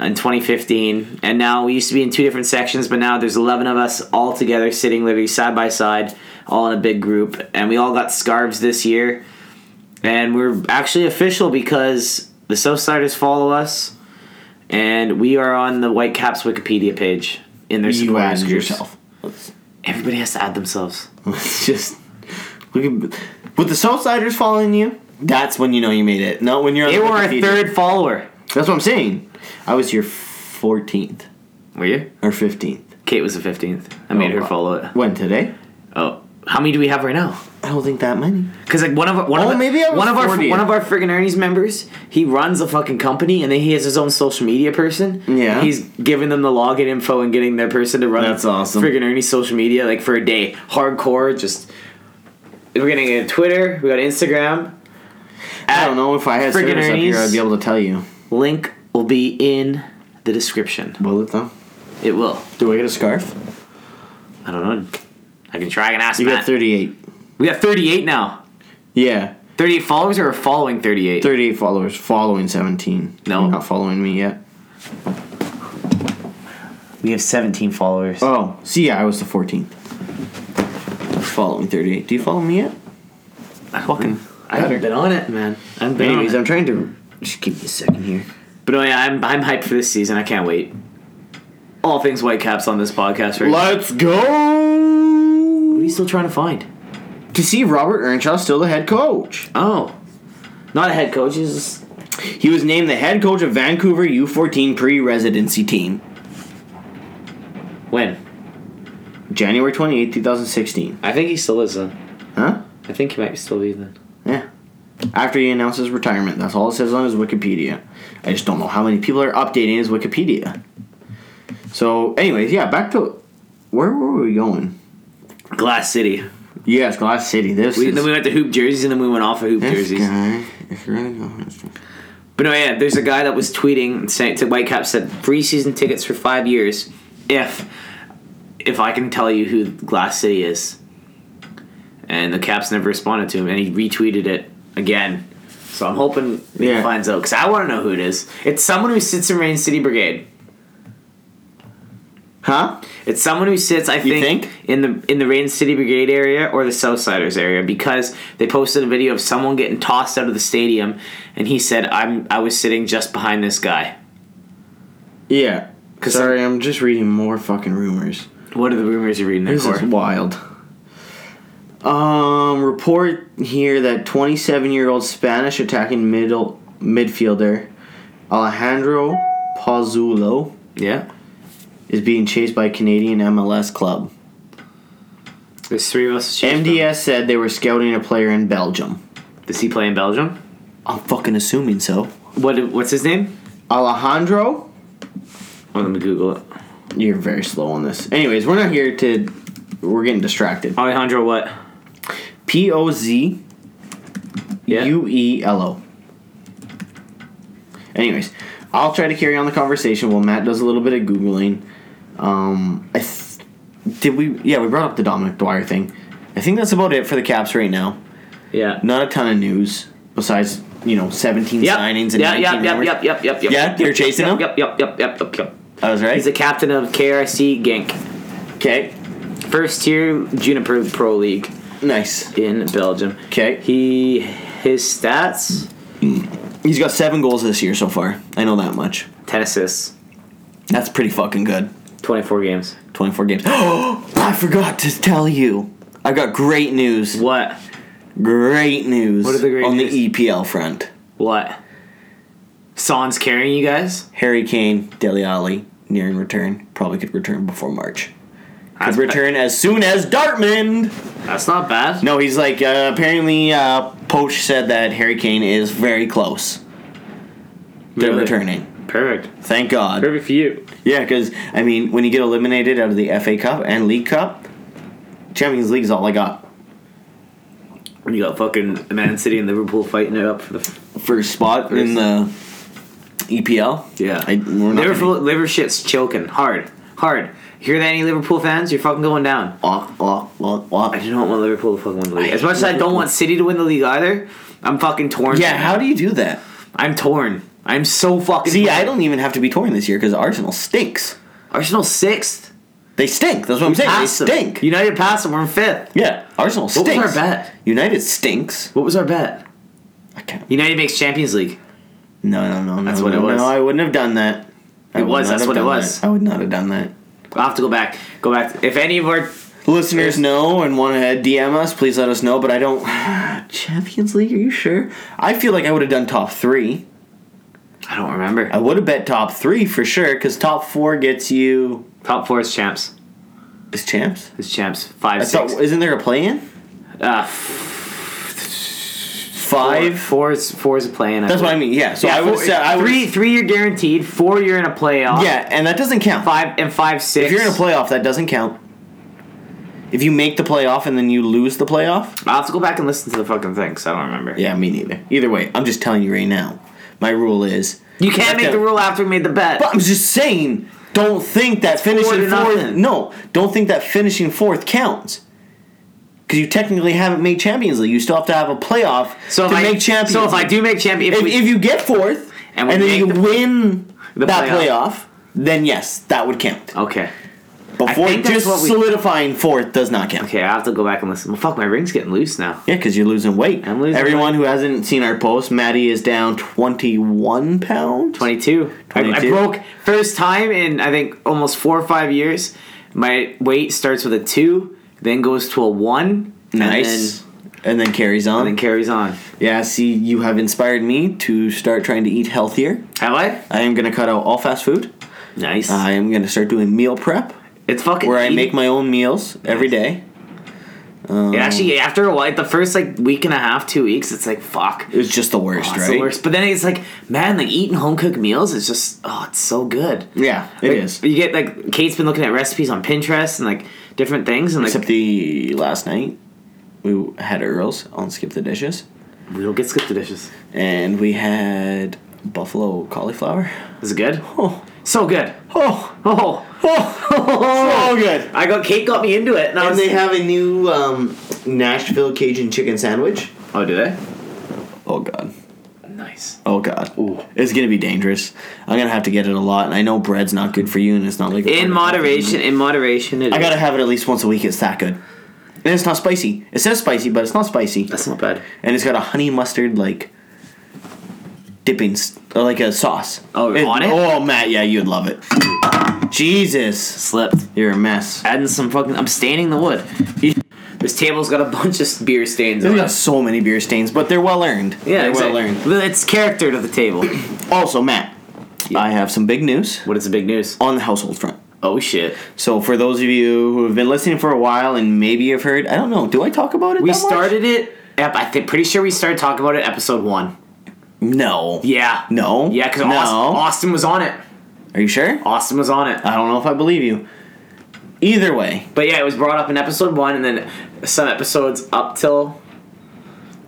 A: in 2015. And now we used to be in two different sections, but now there's 11 of us all together sitting literally side by side, all in a big group. And we all got scarves this year. And we're actually official because the Southsiders follow us. And we are on the Whitecaps Wikipedia page in their
B: You
A: supporters
B: ask
A: groups.
B: yourself. Let's,
A: Everybody has to add themselves.
B: let's just we can, with the Southsiders following you. That's when you know you made it. Not when you're. on
A: They
B: the
A: were our
B: Wikipedia.
A: third follower.
B: That's what I'm saying. I was your fourteenth
A: Were you?
B: or fifteenth.
A: Kate was the fifteenth. I made her
B: Oh, wow.
A: follow it.
B: When today?
A: Oh, how many do we have right now?
B: I don't think that many.
A: Because like one of our, one
B: Oh,
A: of the-
B: maybe I was
A: one of our
B: 40.
A: one of our friggin' Ernie's members, he runs a fucking company and then he has his own social media person.
B: Yeah.
A: he's giving them the login info and getting their person to run.
B: That's awesome.
A: Friggin' Ernie's social media like for a day, hardcore. Just we're gonna get Twitter. We got Instagram.
B: I don't know if I
A: friggin'
B: had service up here,
A: Ernie's.
B: I'd be able to tell you.
A: Link will be in the description.
B: Will it though?
A: It will.
B: Do I get a scarf?
A: I don't know. I can try and ask
B: You got
A: Matt.
B: thirty-eight.
A: we got thirty-eight now.
B: Yeah,
A: 38 followers or following 38?
B: thirty-eight followers. Following seventeen.
A: No.
B: You're not following me yet.
A: We have 17 followers.
B: Oh, see, yeah, I was the 14th. Following 38. Do you follow me yet?
A: I fucking. I haven't been on it, man. I haven't been
B: Anyways,
A: on it.
B: I'm trying to. Just give me a second here.
A: But oh, yeah, I'm, I'm hyped for this season. I can't wait. All things Whitecaps on this podcast right now.
B: Let's go!
A: What are you still trying to find?
B: To see Robert Earnshaw's still the head coach.
A: Oh. Not a head coach. He's just.
B: He was named the head coach of Vancouver U14 pre residency team
A: When?
B: January 28, 2016.
A: I think he still is, though.
B: Huh?
A: I think he might still be then.
B: Yeah. After he announced his retirement, that's all it says on his Wikipedia. I just don't know how many people are updating his Wikipedia. So, anyways, yeah, back to where were we going?
A: Glass City.
B: Yes, Glass City. This
A: We,
B: is
A: then we went to Hoop Jerseys and then we went off of Hoop
B: this
A: Jerseys.
B: guy. If you're really going,
A: But no, yeah, there's a guy that was tweeting and saying to Whitecaps said free season tickets for five years if if I can tell you who Glass City is. And the Caps never responded to him, and he retweeted it again. So I'm hoping he
B: Yeah.
A: finds out because I want to know who it is. It's someone who sits in Rain City Brigade.
B: Huh?
A: It's someone who sits, I think,
B: think?
A: in the in the Rain City Brigade area or the Southsiders area because they posted a video of someone getting tossed out of the stadium, and he said, "I'm I was sitting just behind this guy."
B: Yeah.
A: 'Cause
B: Sorry, I'm just reading more fucking rumors.
A: What are the rumors you're reading there
B: This
A: for?
B: is wild. Um, report here that 27-year-old Spanish attacking middle midfielder Alejandro Pozuelo
A: yeah,
B: is being chased by Canadian MLS club.
A: there's three of us. to choose
B: MDS said they were scouting a player in Belgium.
A: from. Does he play in Belgium?
B: I'm fucking assuming so.
A: What what's his name?
B: Alejandro,
A: Oh, let me Google it.
B: you're very slow on this. Anyways, we're not here to. We're getting distracted.
A: Alejandro what?
B: P O Z
A: Yeah.
B: U E L O. Anyways, I'll try to carry on the conversation while Matt does a little bit of googling. Um, I th- did we? Yeah, we brought up the Dominic Dwyer thing. I think that's about it for the Caps right now.
A: yeah.
B: Not a ton of news besides you know 17
A: Yep.
B: signings and
A: yeah,
B: 19
A: yeah, yeah,
B: numbers.
A: yep, yep, yep, yep.
B: Yeah, they're chasing
A: yep,
B: him?
A: Yep, yep, yep, yep, yep, yep.
B: I was
A: He's
B: right.
A: the captain of KRC Genk,
B: Okay,
A: first tier Juniper Pro League
B: nice.
A: in Belgium.
B: Okay,
A: He his stats,
B: he's got seven goals this year so far. I know that much.
A: ten assists,
B: That's pretty fucking good.
A: twenty four games.
B: 24 games. I forgot to tell you. I got great news.
A: What?
B: Great news
A: What are the great
B: on
A: news?
B: the EPL front.
A: What? Son's carrying you guys.
B: Harry Kane, Deli Ali, nearing return. Probably could return before March. Could
A: That's
B: return as soon as Dartmund.
A: That's not bad.
B: No, he's like uh, apparently. Uh, Poach said that Harry Kane is very close. They're
A: Really?
B: returning.
A: Perfect.
B: Thank God.
A: Perfect for you.
B: Yeah, because I mean, when you get eliminated out of the FA Cup and League Cup, Champions League is all I got.
A: You got fucking Man City and Liverpool fighting it up for the
B: First spot in the E EPL.
A: Yeah.
B: I, we're not
A: Liverpool, Liver shit's choking hard. Hard. Hear that, any Liverpool fans? You're fucking going down.
B: Gonna, oh, oh, oh,
A: I
B: oh.
A: do not want Liverpool to fucking win the league.
B: I
A: As much as I don't
B: Liverpool.
A: want City to win the league either, I'm fucking torn.
B: Yeah, how do you do that?
A: I'm torn. I'm so fucking
B: See,
A: torn.
B: I don't even have to be torn this year because Arsenal stinks.
A: Arsenal sixth.
B: They stink. That's what I'm saying. They
A: Pass them.
B: stink.
A: United passed them. We're in fifth.
B: Yeah, Arsenal
A: What
B: stinks.
A: was our bet?
B: United stinks.
A: What was our bet?
B: I can't.
A: United makes Champions League.
B: No, no, no, no.
A: That's what it
B: no,
A: was.
B: No, I wouldn't have done that. I
A: It
B: would
A: was,
B: not
A: that's
B: have
A: what it
B: done
A: was.
B: that. I would not have done that.
A: I'll have to go back. Go back. If any of our
B: listeners know and want to DM us, please let us know. But I don't. Champions League? Are you sure? I feel like I would have done top three.
A: I don't remember.
B: I would have bet top three for sure because top four gets you
A: Top four is champs.
B: is champs.
A: Is champs five
B: I
A: six.
B: thought, isn't there a play in?
A: uh, four,
B: Five.
A: four is four is a play in.
B: That's what I mean. Yeah. So
A: Yeah,
B: I would
A: four-
B: say I would.
A: three three you're guaranteed. Four you're in a playoff.
B: Yeah, and that doesn't count.
A: Five and five six.
B: If you're in a playoff, that doesn't count. If you make the playoff and then you lose the playoff,
A: I'll have to go back and listen to the fucking thing because I don't remember.
B: yeah, me neither. Either way, I'm just telling you right now. My rule is
A: You can't make the rule after we made the bet.
B: But I'm just saying, don't think that
A: four to
B: finishing fourth.
A: nothing.
B: No, don't think that finishing fourth counts. Because you technically haven't made Champions League. You still have to have a playoff
A: so if
B: to
A: I
B: make Champions.
A: so if I
B: League.
A: do make champion, if,
B: if,
A: we-
B: if you get fourth
A: And
B: and,
A: we
B: then you
A: make the-
B: win
A: the
B: that
A: playoff.
B: playoff. then yes, that would count.
A: okay,
B: But fourth,
A: think that's
B: just
A: what we-
B: solidifying fourth does not count.
A: okay, I have to go back and listen. Well, fuck, my ring's getting loose now.
B: Yeah, because you're losing weight.
A: I'm losing
B: Everyone who hasn't seen our post, Maddie is down 21 pounds.
A: Twenty two. I, I
B: 22.
A: broke first time in I think almost four or five years. My weight starts with a two, then goes to a one.
B: Nice.
A: And then,
B: And then carries on.
A: and then carries on.
B: Yeah, see, you have inspired me to start trying to eat healthier.
A: Have I?
B: I am gonna cut out all fast food.
A: Nice.
B: I am gonna start doing meal prep,
A: it's fucking.
B: Uh, where I
A: eating-
B: make my own meals every day. Um,
A: It actually, after a while, the first like week and a half, two weeks, it's like fuck.
B: it's just the worst,
A: Oh,
B: right?
A: it's the worst. But then it's like, man, like eating home cooked meals is just oh, it's so good.
B: Yeah, it
A: Like,
B: is.
A: You get like Kate's been looking at recipes on Pinterest and like different things, and like
B: Except the last night, we had Earls on Skip the Dishes,
A: we don't get skip the dishes.
B: and we had buffalo cauliflower.
A: Is it good?
B: Oh,
A: So good.
B: oh,
A: Oh,
B: oh, so good.
A: I got Kate got me into it, and I
C: And
A: was.
C: they have a new um, Nashville Cajun chicken sandwich.
A: oh, do they?
B: Oh god.
A: Nice.
B: Oh god. It's gonna be dangerous. I'm gonna have to get it a lot, and I know bread's not good for you, and it's not like
A: In moderation, in moderation, it
B: I
A: is.
B: gotta have it at least once a week. It's that good, and it's not spicy. It says spicy, but it's not spicy,
A: That's not bad.
B: and it's got a honey mustard like dipping, s- or like a sauce.
A: Oh, on it?
B: Oh, Matt, yeah, you'd love it. Jesus,
A: Slipped.
B: you're a mess.
A: Adding some fucking. I'm staining the wood. This table's got a bunch of beer stains
B: They've
A: on
B: got
A: it.
B: so many beer stains, but they're well earned.
A: Yeah,
B: they're
A: exactly.
B: well earned.
A: Well, It's character to the table.
B: Also, Matt, I have some big news
A: what is the big news?
B: on the household front.
A: Oh shit.
B: So for those of you who have been listening for a while and maybe you've heard, I don't know, do I talk about it?
A: We
B: that much?
A: started it. Yep, I think pretty sure we started talking about it episode one.
B: No.
A: Yeah.
B: No.
A: Yeah, because
B: no. Uh.
A: Austin, Austin was on it.
B: Are you sure?
A: Austin was on it.
B: I don't know if I believe you. Either way,
A: But yeah, it was brought up in episode one, and then some episodes up till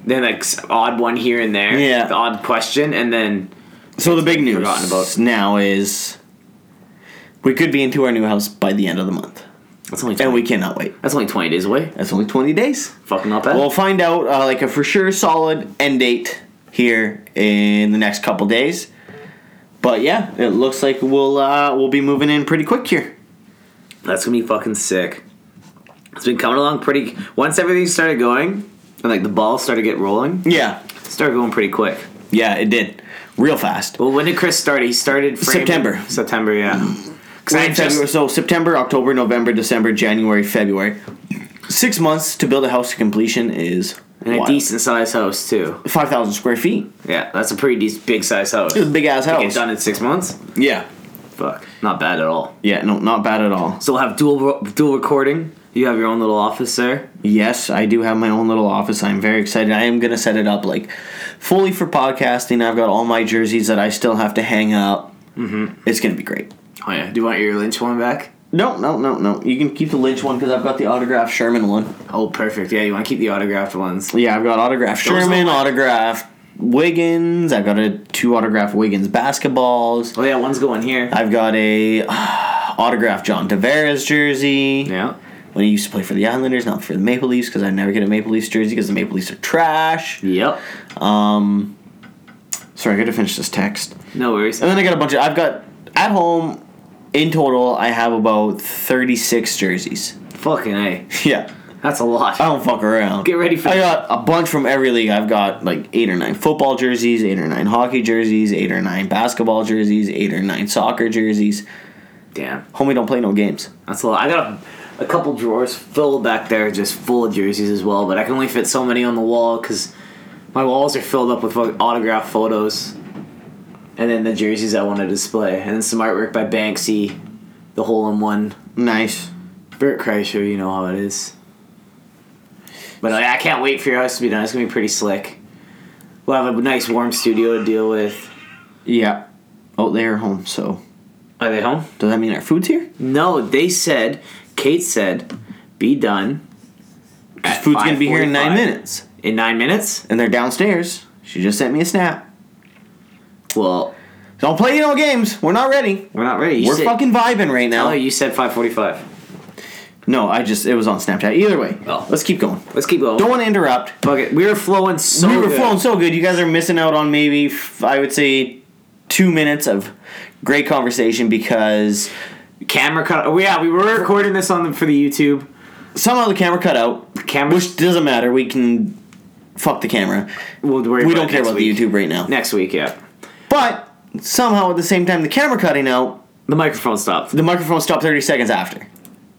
A: then, like s- odd one here and there.
B: Yeah.
A: the odd question, and then
B: so the big news
A: Forgotten about.
B: now is we could be into our new house by the end of the month,
A: that's only 20,
B: and we cannot wait.
A: that's only twenty days away.
B: That's only twenty days.
A: Fucking not bad.
B: We'll find out uh, like a for sure solid end date here in the next couple days. But yeah, it looks like we'll uh, we'll be moving in pretty quick here.
A: that's gonna be fucking sick. It's been coming along pretty. Once everything started going, and like the ball started get rolling,
B: Yeah,
A: it started going pretty quick.
B: Yeah, it did. Real fast.
A: Well, when did Chris start? He started framing-
B: September.
A: September, yeah. 'Cause I
B: February-
A: just,
B: so September, October, November, December, January, February. Six months to build a house to completion is
A: and a
B: wild.
A: decent sized house too.
B: 5,000 square feet.
A: Yeah, that's a pretty decent, big sized house.
B: It's a big ass
A: Get
B: house.
A: done in six months.
B: Yeah.
A: Fuck, not bad at all.
B: Yeah, no, not bad at all.
A: So we'll have dual dual recording. You have your own little office there.
B: Yes, I do have my own little office. I'm very excited. I am going to set it up like fully for podcasting. I've got all my jerseys that I still have to hang up. Mm-hmm. It's going to be great.
A: Oh yeah. Do you want your Lynch one back?
B: No, no, no, no. You can keep the Lynch one because I've got the autographed Sherman one.
A: Oh, perfect. Yeah, you want to keep the autographed ones.
B: Yeah, I've got autographed
A: Those
B: Sherman,
A: are-
B: autographed Wiggins. I've got a two autographed Wiggins basketballs.
A: Oh yeah, one's going here.
B: I've got a uh, autographed John Tavares jersey.
A: Yeah.
B: When he used to play for the Islanders, not for the Maple Leafs, because I never get a Maple Leafs jersey because the Maple Leafs are trash.
A: Yep.
B: Um, sorry, I gotta finish this text.
A: No worries.
B: And then I got a bunch of. I've got at home. In total, I have about thirty-six jerseys.
A: Fucking a.
B: Yeah.
A: That's a lot.
B: I don't fuck around.
A: Get ready for
B: I
A: this.
B: got a bunch from every league. I've got like eight or nine football jerseys, eight or nine hockey jerseys, eight or nine basketball jerseys, eight or nine soccer jerseys.
A: Damn.
B: Homie, don't play no games.
A: That's a lot. I got a, a couple drawers full back there, just full of jerseys as well. But I can only fit so many on the wall because my walls are filled up with fucking autograph photos, and then the jerseys I want to display, and then some artwork by Banksy, the hole in one.
B: Nice.
A: Bert Kreischer, you know how it is. But I I can't wait for your house to be done. It's gonna be pretty slick. We'll have a nice warm studio to deal with.
B: Yeah. Oh, they are home. So
A: Are they home?
B: does that mean our food's here?
A: No, they said. Kate said, "Be done
B: 'Cause
A: At
B: food's gonna be here in nine
A: 5:45.
B: minutes,
A: in nine minutes."
B: and they're downstairs. She just sent me a snap.
A: Well,
B: Don't play no games. We're not ready.
A: we're not ready. You
B: We're
A: said-
B: fucking vibing right now.
A: Oh, you said five forty-five.
B: no, I just it was on Snapchat. Either way,
A: Oh.
B: let's keep going.
A: Let's keep going.
B: Don't want to interrupt.
A: fuck it. We were flowing so.
B: we were
A: good.
B: flowing so good. You guys are missing out on maybe f- I would say two minutes of great conversation because
A: Camera cut. Oh yeah, we were recording this on the, for the YouTube.
B: somehow the camera cut out,
A: The camera.
B: which doesn't matter. We can fuck the camera.
A: we'll worry
B: We
A: about it
B: don't care
A: next
B: about
A: week.
B: the YouTube right now.
A: Next week, yeah.
B: But somehow at the same time, the camera cutting out,
A: The microphone stopped.
B: the microphone stopped thirty seconds after.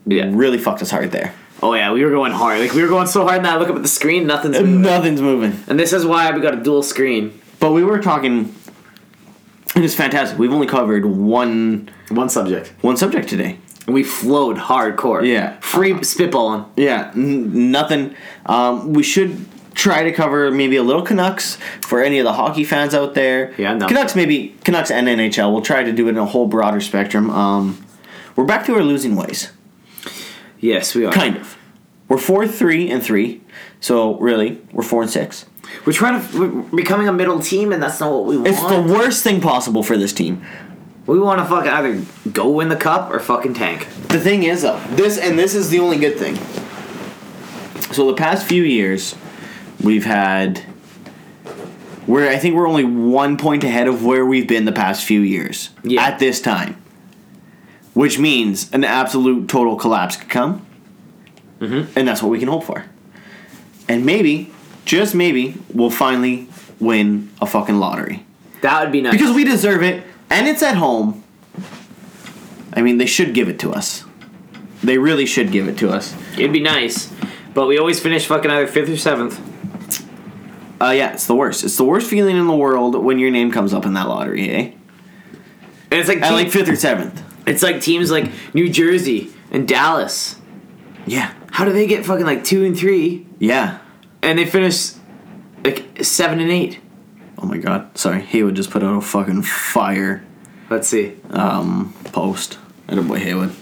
A: Yeah.
B: Really fucked us hard there.
A: Oh yeah, we were going hard. Like we were going so hard that I look up at the screen, nothing's moving.
B: Nothing's moving.
A: And this is why we got a dual screen.
B: But we were talking. It was fantastic. We've only covered one
A: One subject.
B: one subject today.
A: And we flowed hardcore.
B: Yeah.
A: Free spitballing.
B: Yeah, n- nothing. Um, we should try to cover maybe a little Canucks for any of the hockey fans out there.
A: Yeah, no.
B: Canucks maybe Canucks and NHL. We'll try to do it in a whole broader spectrum. Um, we're back to our losing ways,
A: Yes, we are.
B: kind of. We're four, three, and three. So really, we're four and six.
A: We're trying to we're becoming a middle team, and that's not what we want.
B: It's the worst thing possible for this team.
A: we want to fucking either go win the cup or fucking tank.
B: The thing is, though,
C: This and this is the only good thing.
B: so the past few years, we've had. We're I think we're only one point ahead of where we've been the past few years
A: Yeah.
B: at this time, which means an absolute total collapse could come, mm-hmm. and that's what we can hope for. And maybe, just maybe, we'll finally win a fucking lottery.
A: That would be nice.
B: Because we deserve it, and it's at home. I mean, they should give it to us. They really should give it to us.
A: It'd be nice, but we always finish fucking either fifth or seventh.
B: Uh, yeah, it's the worst. It's the worst feeling in the world when your name comes up in that lottery, eh?
A: And it's like,
B: At
A: team-
B: like fifth or seventh.
A: it's like teams like New Jersey and Dallas.
B: Yeah.
A: How do they get fucking like two and three,
B: Yeah.
A: and they finish like seven and eight?
B: Oh my god. Sorry. Haywood just put out a fucking fire
A: Let's see.
B: um, post. And boy Haywood.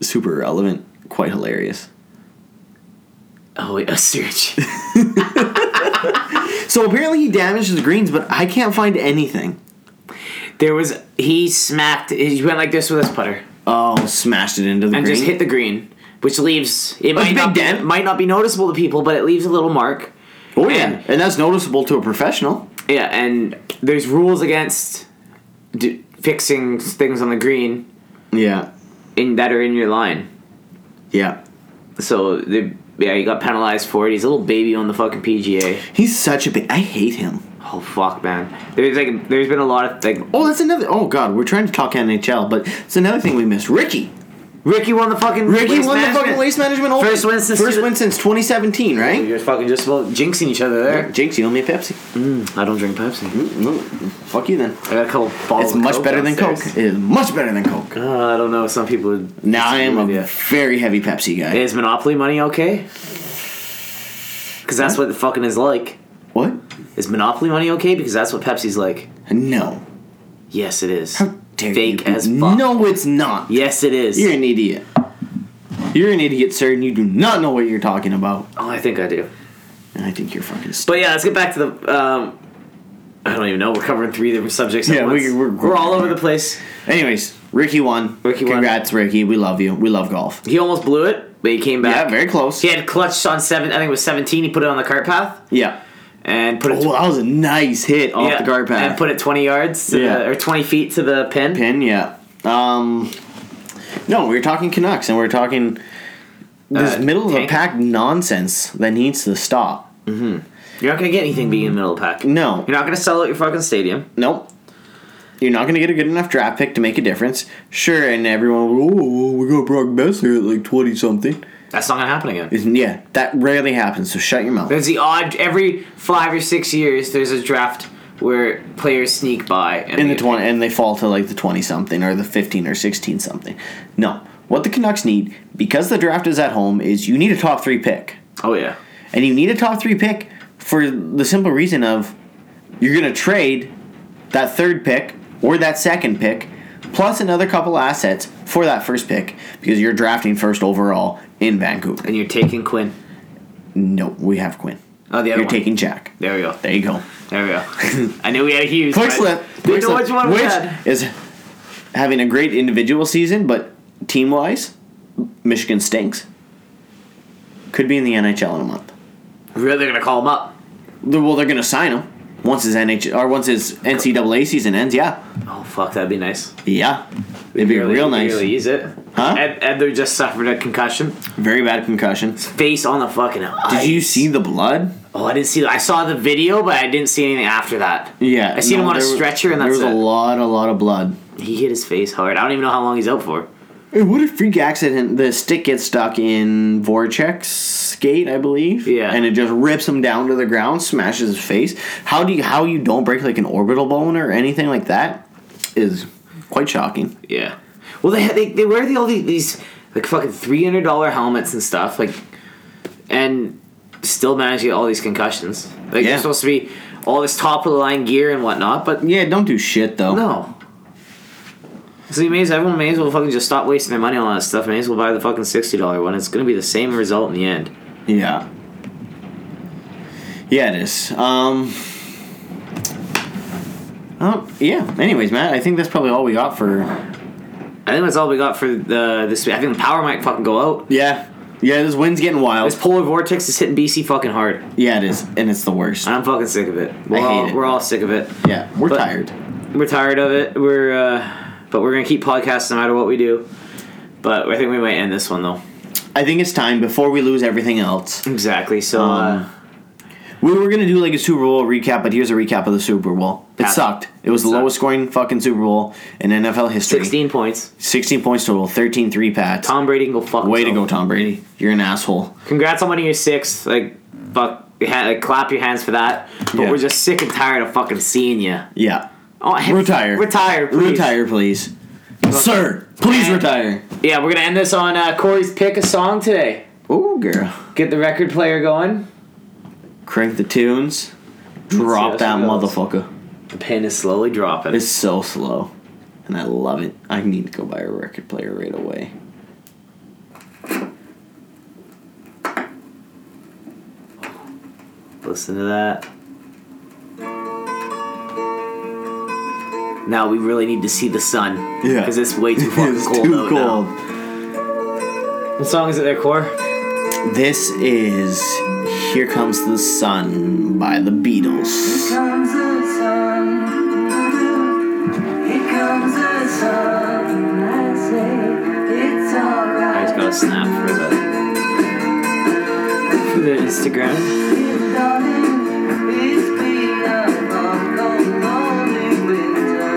B: Super relevant. Quite hilarious.
A: Oh wait, a search.
B: So apparently he damaged the greens, but I can't find anything.
A: there was he smacked. He went like this with his putter
B: Oh, smashed it into the
A: and
B: green.
A: just hit the green, which leaves it might
B: big
A: not be,
B: dent.
A: might not be noticeable to people, but it leaves a little mark.
B: Oh
A: And-
B: yeah, and that's noticeable to a professional.
A: Yeah, and there's rules against d- fixing things on the green
B: Yeah,
A: in that are in your line.
B: yeah.
A: So they, yeah, he got penalized for it. He's a little baby on the fucking PGA.
B: He's such a big. I hate him.
A: Oh fuck, man. There's like there's been a lot of like
B: Oh, that's another. Oh God, we're trying to talk NHL, but it's another thing we missed. Ricky.
A: Ricky won the fucking
B: Ricky
A: waste
B: won the
A: management.
B: fucking waste management. Open.
A: First win since-
B: first win since 2017, right?
A: You're fucking just about jinxing each other there.
B: Jinx, you owe me a Pepsi.
A: I don't drink Pepsi.
B: Mm, no, fuck you then.
A: I got a couple bottles.
B: It's
A: of
B: much
A: Coke
B: better than
A: downstairs.
B: Coke. It is much better than Coke.
A: Uh, I don't know. Some people. would
B: Now I am a
A: disagree with
B: very heavy Pepsi
A: you.
B: guy.
A: Is Monopoly money okay? Because that's what the fucking is like.
B: What?
A: Is Monopoly money okay? Because that's what Pepsi's like.
B: No.
A: Yes, it is.
B: How dare
A: Fake
B: you?
A: as fuck.
B: No, it's not.
A: Yes, it is.
B: You're an idiot. You're an idiot, sir, and you do not know what you're talking about.
A: oh, I think I do.
B: And I think you're fucking stupid.
A: But yeah, let's get back to the. Um, I don't even know. We're covering three different subjects.
B: Yeah,
A: at
B: we-
A: once.
B: we're-
A: all over the place.
B: Anyways, Ricky won.
A: Ricky won.
B: Congrats, Ricky. We love you. We love golf.
A: He almost blew it, but he came
B: Yeah,
A: back.
B: very close.
A: he had clutch on seven. I think it was seventeen. He put it on the cart path
B: Yeah.
A: and put it.
B: Oh, that was a nice hit off
A: yeah,
B: the guard path.
A: and put it twenty yards to
B: Yeah.
A: the, or twenty feet to the pin.
B: pin. Yeah. Um, no, we were talking Canucks, and we were talking this
A: Uh,
B: middle of the
A: tank.
B: pack nonsense that needs to stop.
A: You're not gonna get anything being in the middle of the pack.
B: No.
A: You're not gonna sell out your fucking stadium.
B: Nope. You're not going to get a good enough draft pick to make a difference. Sure, and everyone will go, oh, we got Brock Besser at like 20 something.
A: That's not gonna happen again.
B: Yeah, that rarely happens, so shut your mouth.
A: There's the odd every five or six years. There's a draft where players sneak by and
B: in the
A: they-
B: 20 and they fall to like the 20 something or the 15 or 16 something no what the canucks need because the draft is at home is you need a top three pick
A: Oh yeah.
B: and you need a top three pick for the simple reason of you're going to trade that third pick or that second pick plus another couple assets for that first pick because you're drafting first overall in vancouver
A: And you're taking Quinn.
B: no we have quinn
A: Oh, the other
B: you're
A: one.
B: taking jack
A: There we go.
B: there you go
A: There we go. I knew we had a Hughes.
B: Quick
A: but
B: slip.
A: Didn't
B: Quick
A: know
B: slip,
A: which one we
B: which
A: had.
B: is having a great individual season, but team wise, Michigan stinks. Could be in the NHL in a month.
A: Really gonna call him up.
B: They're- Well, they're going to sign him once his NHL or once his NCAA season ends. Yeah,
A: Oh fuck, that'd be nice.
B: yeah, it'd be
A: Really-
B: real nice.
A: Really use it.
B: Huh?
A: Ed, Edler just suffered a concussion.
B: Very bad concussion.
A: Face on the fucking.
B: Did you see the blood?
A: Oh, I didn't see. I saw the video, but I didn't see anything after that.
B: Yeah,
A: I seen him on a
B: there wa-
A: stretcher, and that's
B: there was
A: it.
B: a lot, a lot of blood.
A: He hit his face hard. I don't even know how long he's out for.
B: Hey, What a freak accident! The stick gets stuck in Voracek's skate, I believe.
A: Yeah.
B: and it just rips him down to the ground, smashes his face. How do you how you don't break like an orbital bone or anything like that is quite shocking.
A: Yeah. Well, they they, they wear the, all these, these like fucking three hundred dollar helmets and stuff like, and still manage to get all these concussions. Like
B: Yeah.
A: they're supposed to be all this top of the line gear and whatnot, but
B: Yeah, don't do shit though.
A: no. So you may as everyone may as well fucking just stop wasting their money on all that stuff. May as well buy the fucking sixty dollar one. It's gonna be the same result in the end.
B: Yeah. Yeah, it is. Um. Oh yeah. Anyways, Matt, I think that's probably all we got for.
A: I think that's all we got for the this. I think the power might fucking go out.
B: Yeah. Yeah, this wind's getting wild.
A: This polar vortex is hitting BC fucking hard.
B: yeah, it is, and it's the worst.
A: I'm fucking sick of it. We're
B: I hate
A: all
B: it.
A: we're all sick of it.
B: Yeah, we're
A: But-
B: tired.
A: We're tired of it. We're uh, but we're gonna keep podcasting no matter what we do. But I think we might end this one though.
B: I think it's time before we lose everything else.
A: Exactly. So uh,
B: Um, We were gonna do like a Super Bowl recap, but here's a recap of the Super Bowl. It
A: Yeah.
B: sucked. It was the
A: Sucked.
B: lowest scoring fucking Super Bowl in NFL history.
A: 16 points.
B: 16 points total, 13 three pats.
A: Tom Brady can go fuck.
B: Way to go,
A: himself.
B: Tom Brady. You're an asshole.
A: Congrats on winning your sixth. Like fuck. ha- Like, clap your hands for that. But
B: Yeah.
A: we're just sick and tired of fucking seeing you.
B: Yeah.
A: Oh, I-
B: Retire.
A: Retire. Please.
B: Retire, please. Sir, please retire.
A: Yeah, we're gonna end this on uh, Corey's pick a song today.
B: Ooh, girl.
A: Get the record player going.
B: Crank the tunes. Drop
A: Yes,
B: that
A: it goes.
B: motherfucker.
A: The pin is slowly dropping.
B: It's so slow. And I love it. I need to go buy a record player right away.
A: Listen to that. Now we really need to see the sun.
B: Yeah.
A: Because it's way too fucking cold. out now. What song is it there, Core?
B: This is Here Comes the Sun by the Beatles.
D: comes the sun. Here comes the sun. I say it's
A: I just
D: alright.
A: got a snap for the for the Instagram.
D: Darling, it's been a long, long, lonely winter.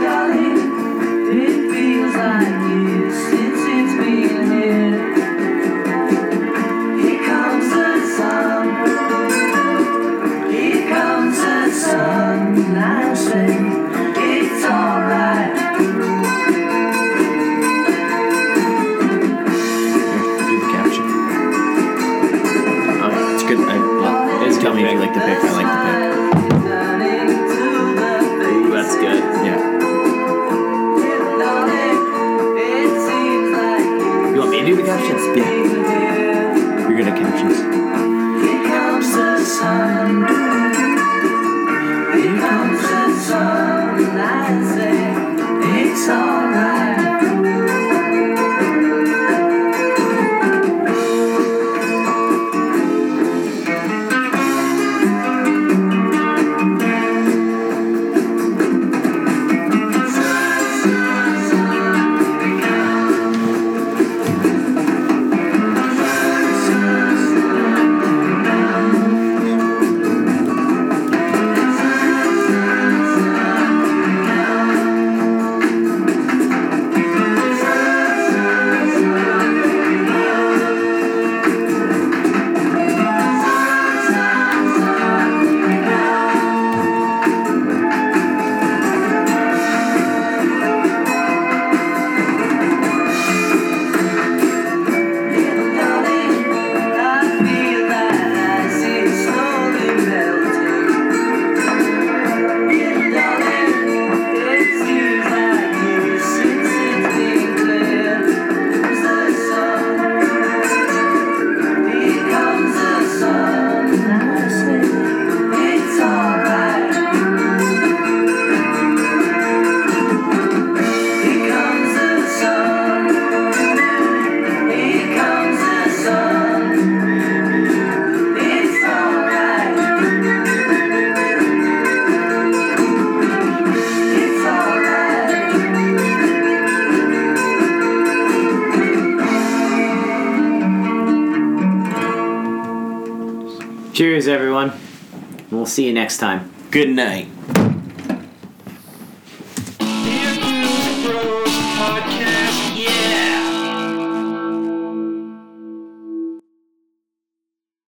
D: Darling, it feels like years since it's been here. Here comes the sun. Here comes the sun. I say it's alright.
B: Here, do the caption.
A: Okay.
B: Oh, It's good. I, well,
A: It's
B: tell me if you like the pick. I like
A: Ooh, that's good.
B: the pick. Yeah.
A: You want me to do the captions?
D: Yeah.
B: You're good at captions.
D: Here comes the sun. Here comes the sun. I say it's alright. It's alright. Here comes the sun. Here comes the sun. It's alright. It's alright.
A: Cheers, everyone. We'll see you next time.
B: Good night.
D: Here to the road.